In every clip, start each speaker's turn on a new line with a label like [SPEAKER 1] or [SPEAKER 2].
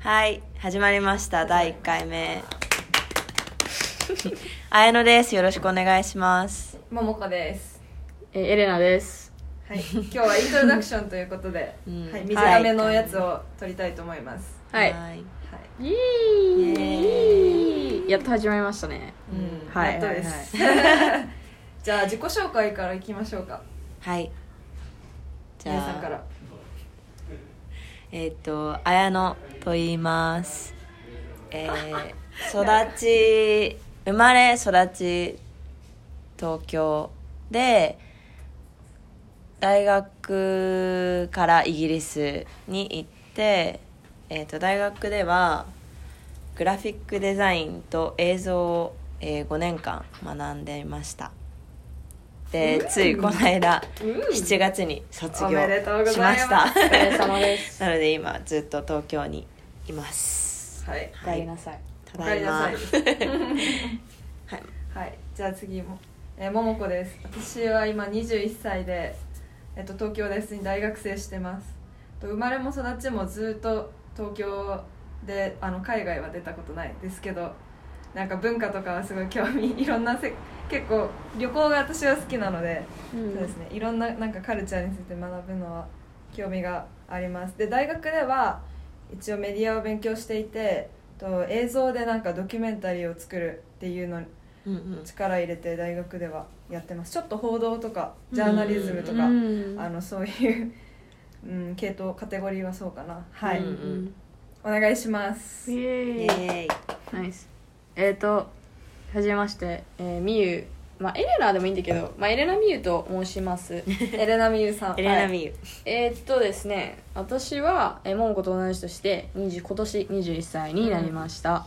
[SPEAKER 1] はい始まりました第1回目綾乃ですよろしくお願いします
[SPEAKER 2] ももこです。
[SPEAKER 3] えーエレナです
[SPEAKER 2] はい、今日はイントロダクションということで、
[SPEAKER 1] うん
[SPEAKER 2] はい、短めのやつを撮りたいと思います。
[SPEAKER 3] はい
[SPEAKER 1] い
[SPEAKER 2] はい、
[SPEAKER 3] イエ
[SPEAKER 1] イ
[SPEAKER 3] ーイやっと始まりましたね
[SPEAKER 2] うん、
[SPEAKER 3] はい
[SPEAKER 2] やっとです。じゃあ自己紹介からいきましょうか。
[SPEAKER 1] はいじ
[SPEAKER 2] 皆さん
[SPEAKER 1] ゃ
[SPEAKER 2] か
[SPEAKER 1] あ
[SPEAKER 2] ら。
[SPEAKER 1] えっ、と綾乃と言いますえ ー育ち生まれ育ち東京で大学からイギリスに行って、えー、と大学ではグラフィックデザインと映像を、え5年間学んでいましたでついこの 間7月に卒業
[SPEAKER 2] お
[SPEAKER 1] し
[SPEAKER 2] めでとうござい ま
[SPEAKER 1] ますした
[SPEAKER 3] お疲れ様です
[SPEAKER 1] なので今ずっと東京にいます
[SPEAKER 2] はい。
[SPEAKER 3] おかえりなさい
[SPEAKER 1] ただいま
[SPEAKER 2] おかえりなさ
[SPEAKER 1] はい
[SPEAKER 2] はい、じゃあ次も、えー、ももこです。私は今21歳で、えっと東京で普通に大学生してます。と生まれも育ちもずっと東京であの海外は出たことないですけど、なんか文化とかはすごい興味 いろんなせ結構旅行が私は好きなので、
[SPEAKER 3] うん
[SPEAKER 2] そうですね。いろんななんかカルチャーについて学ぶのは興味があります。で大学では一応メディアを勉強していて。と映像でなんかドキュメンタリーを作るっていうの
[SPEAKER 1] うんうん
[SPEAKER 2] 力入れて大学ではやってますちょっと報道とかジャーナリズムとか、
[SPEAKER 3] うん
[SPEAKER 2] あのそういう、 うん、系統カテゴリーはそうかなはい、
[SPEAKER 1] う
[SPEAKER 3] うんん
[SPEAKER 2] お願いします
[SPEAKER 3] イエ
[SPEAKER 1] イ
[SPEAKER 3] ーイ
[SPEAKER 1] エーイ
[SPEAKER 3] ナイスえっ、ー、とはじめまして、えー、みゆまあエレナでもいいんだけど、まあ、エレナみゆと申します
[SPEAKER 2] エレナミユさん
[SPEAKER 1] エレナミユ
[SPEAKER 3] えーっとですね私はえー桃子と同じとして20今年21歳になりました、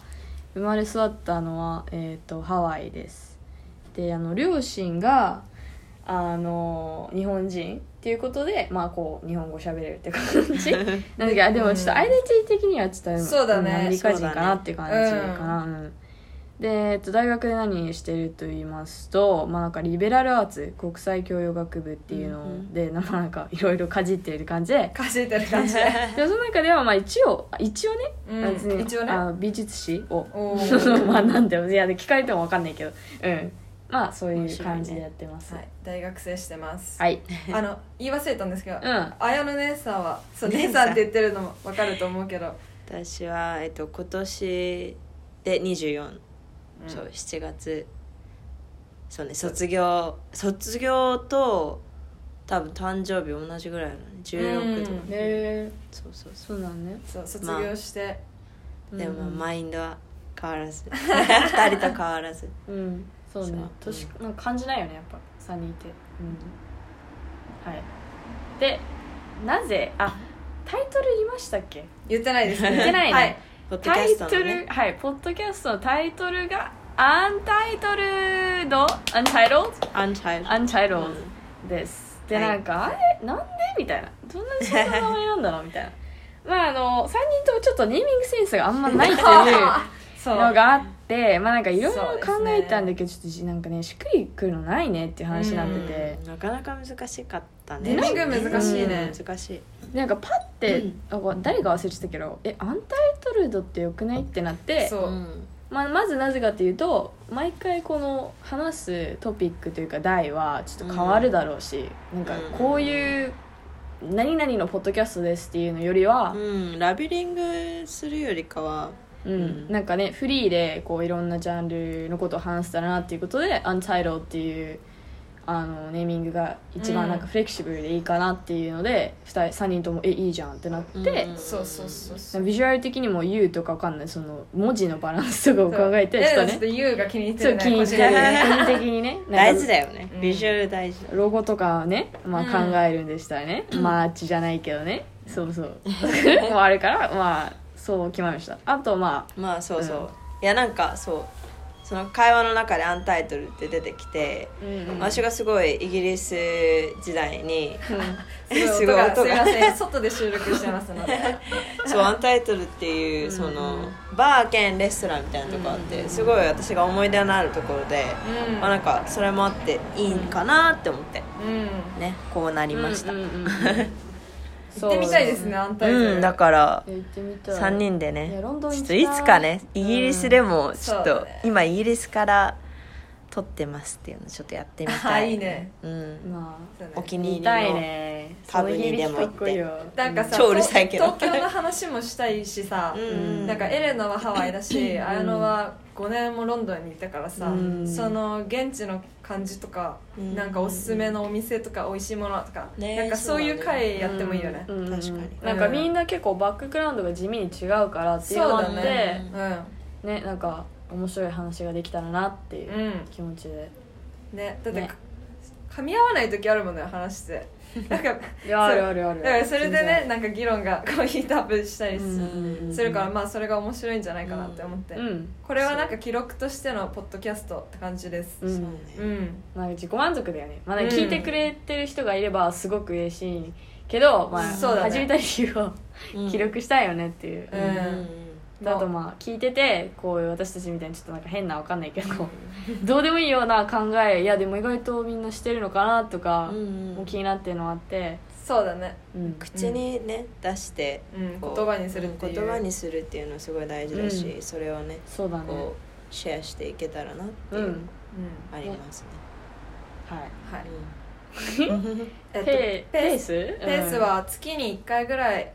[SPEAKER 3] 生まれ育ったのは、えーっとハワイですであの両親があの日本人っていうことでまあこう日本語喋れるって感じなんだけどあでもちょっとアイデンティティ的にはちょっと
[SPEAKER 2] そうだね
[SPEAKER 3] アメリカ人か
[SPEAKER 1] そうだね
[SPEAKER 3] なっていう感じかな、うんで、えっと、大学で何してると言いますと、まあ、なんかリベラルアーツ国際教養学部っていうのを
[SPEAKER 1] うんうん
[SPEAKER 3] で、まあ、なん かいろいろかじっている感じで
[SPEAKER 2] かじってる感じで、
[SPEAKER 3] でその中ではまあ一応あ一応ね,
[SPEAKER 2] うん
[SPEAKER 3] あ、別に
[SPEAKER 2] 一応ね
[SPEAKER 3] あ美術史を
[SPEAKER 2] お ー
[SPEAKER 3] まあなんだろういや聞かれても分かんないけどうんまあそういう感じでやってます、
[SPEAKER 2] はい、大学生してます、
[SPEAKER 3] はい、
[SPEAKER 2] あの言い忘れたんですけど、
[SPEAKER 3] うん
[SPEAKER 2] 綾乃姉さんはそう
[SPEAKER 1] 姉さ
[SPEAKER 2] 姉
[SPEAKER 1] ん
[SPEAKER 2] さんって言ってるのも分かると思うけど、
[SPEAKER 1] 私は、えっと、今年で24、
[SPEAKER 2] うん
[SPEAKER 1] そう7月そうね卒業卒業と多分誕生日同じぐらいなのね16とか
[SPEAKER 2] うん
[SPEAKER 3] ねえ
[SPEAKER 1] そうそうそ
[SPEAKER 3] そうなんね
[SPEAKER 2] そう卒業して、
[SPEAKER 1] うでも
[SPEAKER 3] うん
[SPEAKER 1] マインドは変わらず 二人と変わらず
[SPEAKER 3] うんそうね
[SPEAKER 1] そう
[SPEAKER 3] 年なんか感じないよねやっぱ3人いてうんはいでなぜあタイトル言いましたっけ
[SPEAKER 2] 言ってないですね
[SPEAKER 3] 言ってないね
[SPEAKER 2] はい
[SPEAKER 1] ポッドキ
[SPEAKER 3] タ
[SPEAKER 1] ャ
[SPEAKER 3] イ
[SPEAKER 1] ス
[SPEAKER 3] ト
[SPEAKER 1] ト
[SPEAKER 3] ル
[SPEAKER 1] の、ね
[SPEAKER 3] はいポッドキャストのタイトルがアンタイトルドアンタイトル
[SPEAKER 1] アンチャイル
[SPEAKER 3] アンタイト
[SPEAKER 1] うん
[SPEAKER 3] ルですで
[SPEAKER 1] はい
[SPEAKER 3] なんかあれなんでみたいなどんなにそんな名前なんだろうみたい なまああの3人ともちょっとネーミングセンスがあんまな いっていう
[SPEAKER 2] そう
[SPEAKER 3] のがあってまあなんかいろいろ
[SPEAKER 2] そうですね
[SPEAKER 3] 考えたんだけどちょっとじなんかねしっくりくるのないねっていう話になってて
[SPEAKER 1] うんなかなか難しかったね
[SPEAKER 2] ネーミング難
[SPEAKER 3] しい
[SPEAKER 2] ね
[SPEAKER 1] うん難しい
[SPEAKER 3] でなんかパッ
[SPEAKER 1] う
[SPEAKER 3] て
[SPEAKER 1] ん
[SPEAKER 3] あこれ誰か忘れてたけどえアンタイトルドってよくないってなって
[SPEAKER 2] そ
[SPEAKER 1] う
[SPEAKER 2] う
[SPEAKER 1] ん
[SPEAKER 3] まあ、まずなぜかっていうと毎回この話すトピックというか題はちょっと変わるだろうし、なんかこういう「何々のポッドキャストです」っていうのよりは、
[SPEAKER 1] うんラビリングするよりかは
[SPEAKER 3] うん
[SPEAKER 1] うん
[SPEAKER 3] なんかねフリーでこういろんなジャンルのことを話したなっていうことで「Untitled」っていうあのネーミングが一
[SPEAKER 2] う
[SPEAKER 3] 番
[SPEAKER 2] ん
[SPEAKER 3] なんかフレキシブルでいいかなっていうので、二人3人とも「えいいじゃん」ってなって。
[SPEAKER 1] うん
[SPEAKER 2] そうそうそうそう
[SPEAKER 3] ビジュアル的にも U とかわかんないその文字のバランスとかを考えて
[SPEAKER 2] そう
[SPEAKER 3] ちょ
[SPEAKER 2] ちょっ
[SPEAKER 3] っと
[SPEAKER 2] と
[SPEAKER 3] ね
[SPEAKER 2] 優が気に入って
[SPEAKER 3] そう
[SPEAKER 2] るね
[SPEAKER 3] 気に入ってる
[SPEAKER 2] 個人的に
[SPEAKER 3] ね個人的にねなんか
[SPEAKER 1] 大事だよね、
[SPEAKER 2] うん
[SPEAKER 1] ビジュアル大事だ
[SPEAKER 3] ロゴとかをね、まあ、
[SPEAKER 2] うん
[SPEAKER 3] 考えるんでしたらね、マーチじゃないけどねそうそうもうあるからまあそう決まりましたあとま
[SPEAKER 1] まあそうそう、
[SPEAKER 3] うん
[SPEAKER 1] いやなんかそうその会話の中でアンタイトルって出てきて、
[SPEAKER 3] あ、うんうん
[SPEAKER 1] 私がすごいイギリス時代に
[SPEAKER 2] す
[SPEAKER 1] す
[SPEAKER 2] ご
[SPEAKER 1] ごい
[SPEAKER 2] い音
[SPEAKER 1] 音
[SPEAKER 2] がすい
[SPEAKER 1] が
[SPEAKER 2] ません外で収録してますので
[SPEAKER 1] そうアンタイトルっていうそのバー兼レストランみたいなとこあってすごい私が思い出のあるところで、
[SPEAKER 2] うん
[SPEAKER 1] まあ、なんかそれもあっていいんかなって思って
[SPEAKER 2] うん
[SPEAKER 1] ねこうなりました、
[SPEAKER 3] うんうんうん
[SPEAKER 2] 行ってみたいですね
[SPEAKER 3] そう
[SPEAKER 2] 安泰
[SPEAKER 1] う
[SPEAKER 2] で
[SPEAKER 1] んだから
[SPEAKER 3] いや行ってみたい
[SPEAKER 1] 3人で
[SPEAKER 3] いや
[SPEAKER 1] ね
[SPEAKER 3] ロンドン
[SPEAKER 1] ちょ
[SPEAKER 3] 行
[SPEAKER 1] っと
[SPEAKER 3] きたい
[SPEAKER 1] いつかねイギリスでもちょっと
[SPEAKER 2] そうだね
[SPEAKER 1] 今イギリスから撮ってますっていうのちょっとやってみた
[SPEAKER 2] あ
[SPEAKER 1] い
[SPEAKER 2] いいね
[SPEAKER 1] うん
[SPEAKER 3] ま
[SPEAKER 2] そうね
[SPEAKER 1] お気
[SPEAKER 3] あ
[SPEAKER 1] に
[SPEAKER 3] 見
[SPEAKER 1] 入
[SPEAKER 3] た
[SPEAKER 1] り
[SPEAKER 3] い
[SPEAKER 1] の
[SPEAKER 3] ね
[SPEAKER 1] パブにでも行って
[SPEAKER 3] その響きかっこいいよ
[SPEAKER 2] なんかさ
[SPEAKER 1] 超うるさいけど
[SPEAKER 2] 東東京の話もしたいしさ、
[SPEAKER 1] うん
[SPEAKER 2] なんかエレナはハワイだし、
[SPEAKER 3] ん
[SPEAKER 2] 綾乃は5年もロンドンにいたからさ、
[SPEAKER 3] うん
[SPEAKER 2] その現地の感じとか、
[SPEAKER 1] うん
[SPEAKER 2] なんかおすすめのお店とか美味しいものとか、
[SPEAKER 1] ね
[SPEAKER 2] なんかそういう会やってもいいよね。
[SPEAKER 3] うん
[SPEAKER 1] 確かに
[SPEAKER 3] うんなんかみんな結構バックグラウンドが地味に違うからっていうのもあって
[SPEAKER 2] そうだ
[SPEAKER 1] ね
[SPEAKER 2] うん、
[SPEAKER 3] ねなんか面白い話ができたらなっていううん気持ちで、
[SPEAKER 2] ね、だって、
[SPEAKER 3] ね
[SPEAKER 2] 噛み合わない時あるもんね話 って。なんか
[SPEAKER 3] いやあるあるある
[SPEAKER 2] だからそれでねなんか議論がこうヒートアップしたり
[SPEAKER 3] うん
[SPEAKER 2] するから、まあそれが面白いんじゃないかなって思って、
[SPEAKER 3] うん
[SPEAKER 2] これはなんか記録としてのポッドキャストって感じです
[SPEAKER 3] うん
[SPEAKER 1] そうね
[SPEAKER 2] うん、
[SPEAKER 3] なんか自己満足だよね、まあ、
[SPEAKER 2] うん
[SPEAKER 3] 聞いてくれてる人がいればすごく嬉しいけど、まあ
[SPEAKER 2] そうだね
[SPEAKER 3] 始めた理由を
[SPEAKER 1] うん
[SPEAKER 3] 記録したいよねっていう、
[SPEAKER 2] う
[SPEAKER 1] うん
[SPEAKER 2] ん
[SPEAKER 3] あとまあ聞いててこういう私たちみたいにちょっとなんか変なわかんないけど どうでもいいような考えいやでも意外とみんなしてるのかなとか
[SPEAKER 1] うんうん
[SPEAKER 3] も気になってるのあって、
[SPEAKER 2] そうだね、
[SPEAKER 3] うん
[SPEAKER 1] 口にね出して
[SPEAKER 2] うん、
[SPEAKER 1] こう
[SPEAKER 2] 言葉にするっていう
[SPEAKER 1] 言葉にするっていうのすごい大事だし、
[SPEAKER 3] う
[SPEAKER 1] それをね
[SPEAKER 3] そうだね
[SPEAKER 1] こうシェアしていけたらなって
[SPEAKER 3] う
[SPEAKER 1] いうん
[SPEAKER 2] う
[SPEAKER 1] ありますね、
[SPEAKER 3] はい
[SPEAKER 2] んはいえっと
[SPEAKER 3] ペーペース
[SPEAKER 2] ペース、は月に1回ぐらい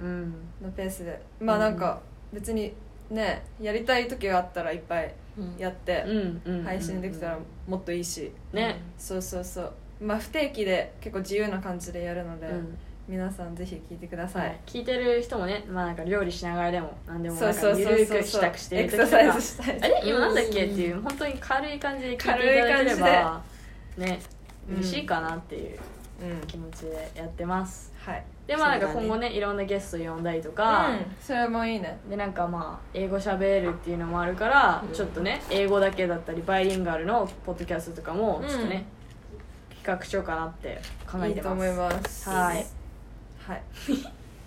[SPEAKER 3] うん
[SPEAKER 2] のペースでまあなんか別にねやりたい時があったらいっぱ い
[SPEAKER 1] うん
[SPEAKER 2] やって
[SPEAKER 3] うんうん
[SPEAKER 2] 配信できたらもっといいし、
[SPEAKER 3] ね、
[SPEAKER 2] そうそうそうまあ不定期で結構自由な感じでやるので、
[SPEAKER 3] うん
[SPEAKER 2] 皆さんぜひ聞いてくださ
[SPEAKER 3] はいい、、聞いてる人もね、まあ、なんか料理しながらでも何でも
[SPEAKER 2] そ
[SPEAKER 3] な
[SPEAKER 2] うんそ
[SPEAKER 3] か
[SPEAKER 2] う
[SPEAKER 3] ゆ
[SPEAKER 2] そう
[SPEAKER 3] る
[SPEAKER 2] そう
[SPEAKER 3] く
[SPEAKER 2] そ
[SPEAKER 3] 支
[SPEAKER 2] う
[SPEAKER 3] 度して
[SPEAKER 2] エ
[SPEAKER 3] る
[SPEAKER 2] ク
[SPEAKER 3] 時
[SPEAKER 2] サ
[SPEAKER 3] と
[SPEAKER 2] サイズ
[SPEAKER 3] か
[SPEAKER 2] したい
[SPEAKER 3] あれ今なんだっけっていう本当に軽い感じで聞いていただけれ
[SPEAKER 2] 軽い感
[SPEAKER 3] ばね
[SPEAKER 2] うん
[SPEAKER 3] 嬉しいかなって いう
[SPEAKER 2] うん
[SPEAKER 3] 気持ちでやってます、
[SPEAKER 2] はい
[SPEAKER 3] でまあなんか
[SPEAKER 1] そうだね
[SPEAKER 3] 今後ねいろんなゲスト呼んだりとか、
[SPEAKER 2] うんそれもいいね
[SPEAKER 3] でなんかまあ英語喋るっていうのもあるから、
[SPEAKER 1] うん
[SPEAKER 3] ちょっとね英語だけだったりバイリンガルのポッドキャストとかもちょっとね、企画しようかなって考え
[SPEAKER 2] いい
[SPEAKER 3] てます
[SPEAKER 2] と思います
[SPEAKER 3] はい
[SPEAKER 2] はい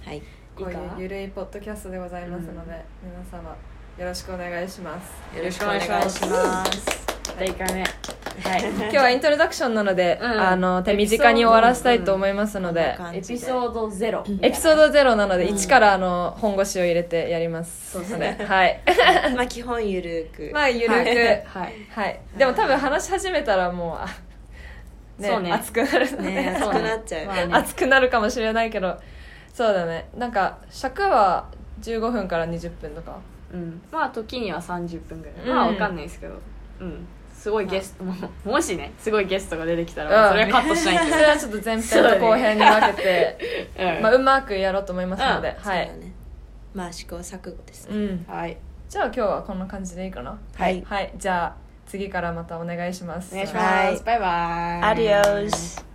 [SPEAKER 1] はい
[SPEAKER 3] い
[SPEAKER 2] こ
[SPEAKER 3] いうか
[SPEAKER 2] いうゆるいポッドキャストでございますので、皆様よろしくお願いします
[SPEAKER 1] よろしくお願いします
[SPEAKER 3] 第1回目は
[SPEAKER 2] 今日はイントロダクションなので、
[SPEAKER 3] うん
[SPEAKER 2] あの手短に終わらせたいと思いますので、
[SPEAKER 1] うん
[SPEAKER 3] いエピソードゼロ
[SPEAKER 2] エピソードゼロなので1からあの本腰を入れてやります
[SPEAKER 3] そうです
[SPEAKER 2] ね はい
[SPEAKER 1] まあ基本ゆるく、
[SPEAKER 2] まあゆるく
[SPEAKER 3] は
[SPEAKER 2] はいい、
[SPEAKER 3] はい
[SPEAKER 2] でも多分話し始めたらもうあ
[SPEAKER 3] そうね
[SPEAKER 2] 熱くなるので、
[SPEAKER 1] ね熱くなっちゃう
[SPEAKER 3] まあね
[SPEAKER 2] 熱くなるかもしれないけどそうだねなんか尺は15分から20分とか
[SPEAKER 3] うん、まあ時には30分ぐらい、
[SPEAKER 2] うん
[SPEAKER 3] まあわかんないですけどうんすごいゲスト、もうもしねすごいゲストが出てきたら、
[SPEAKER 2] うん
[SPEAKER 3] それはカットしない
[SPEAKER 2] それはちょっと前編と後編に分けて、
[SPEAKER 3] けど、うん
[SPEAKER 2] まあ、うまくやろうと思いますので、
[SPEAKER 3] うん
[SPEAKER 1] そう
[SPEAKER 2] は
[SPEAKER 1] だ
[SPEAKER 2] い、
[SPEAKER 1] ねまあ試行錯誤です
[SPEAKER 2] う
[SPEAKER 1] ね、
[SPEAKER 2] ん、
[SPEAKER 3] はい
[SPEAKER 2] じゃあ今日はこんな感じでいいかな
[SPEAKER 1] はい
[SPEAKER 2] はい、じゃあ次からまたお願いします
[SPEAKER 3] お願いし
[SPEAKER 1] は
[SPEAKER 3] ま
[SPEAKER 1] い
[SPEAKER 3] すバイバイ
[SPEAKER 1] アディオス